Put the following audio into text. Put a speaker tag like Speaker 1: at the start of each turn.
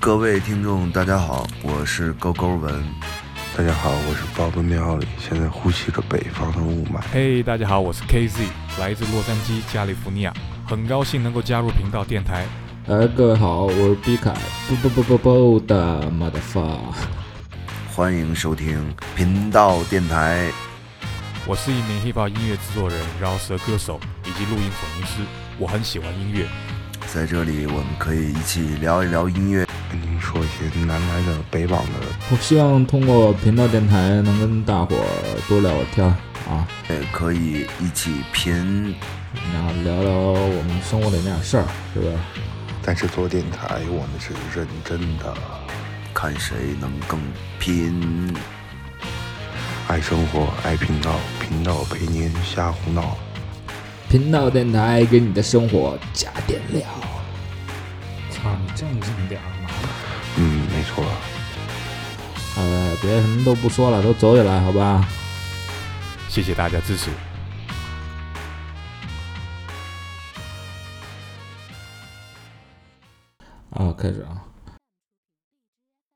Speaker 1: 各位听众，大家好，我是勾勾文。
Speaker 2: 大家好，我是鲍勃庙里，现在呼吸着北方的雾霾。
Speaker 3: 嘿大家好，我是 KZ，来自洛杉矶加利福尼亚，很高兴能够加入频道电台。
Speaker 4: 哎，各位好，我是毕凯，不不不不不的 motherfucker。
Speaker 1: 欢迎收听频道电台。
Speaker 3: 我是一名 hiphop 音乐制作人、饶舌歌手以及录音混音师。我很喜欢音乐，
Speaker 1: 在这里，我们可以一起聊一聊音乐。
Speaker 2: 跟您说一些南来的、北往的，
Speaker 4: 我希望通过频道电台能跟大伙儿多聊会儿天儿啊，
Speaker 1: 也呃可以一起贫
Speaker 4: 然后聊聊我们生活里那点事儿，是不是？
Speaker 2: 但是做电台我们是认真的，
Speaker 1: 看谁能更拼。
Speaker 2: 爱生活，爱频道，频道陪您瞎胡闹。
Speaker 4: 频道电台给你的生活加点料。操你正经点儿嘛！
Speaker 2: 嗯，没错，
Speaker 4: 好了，别什么都不说了，都走起来，好吧？
Speaker 3: 谢谢大家支持。
Speaker 4: 啊，开始啊！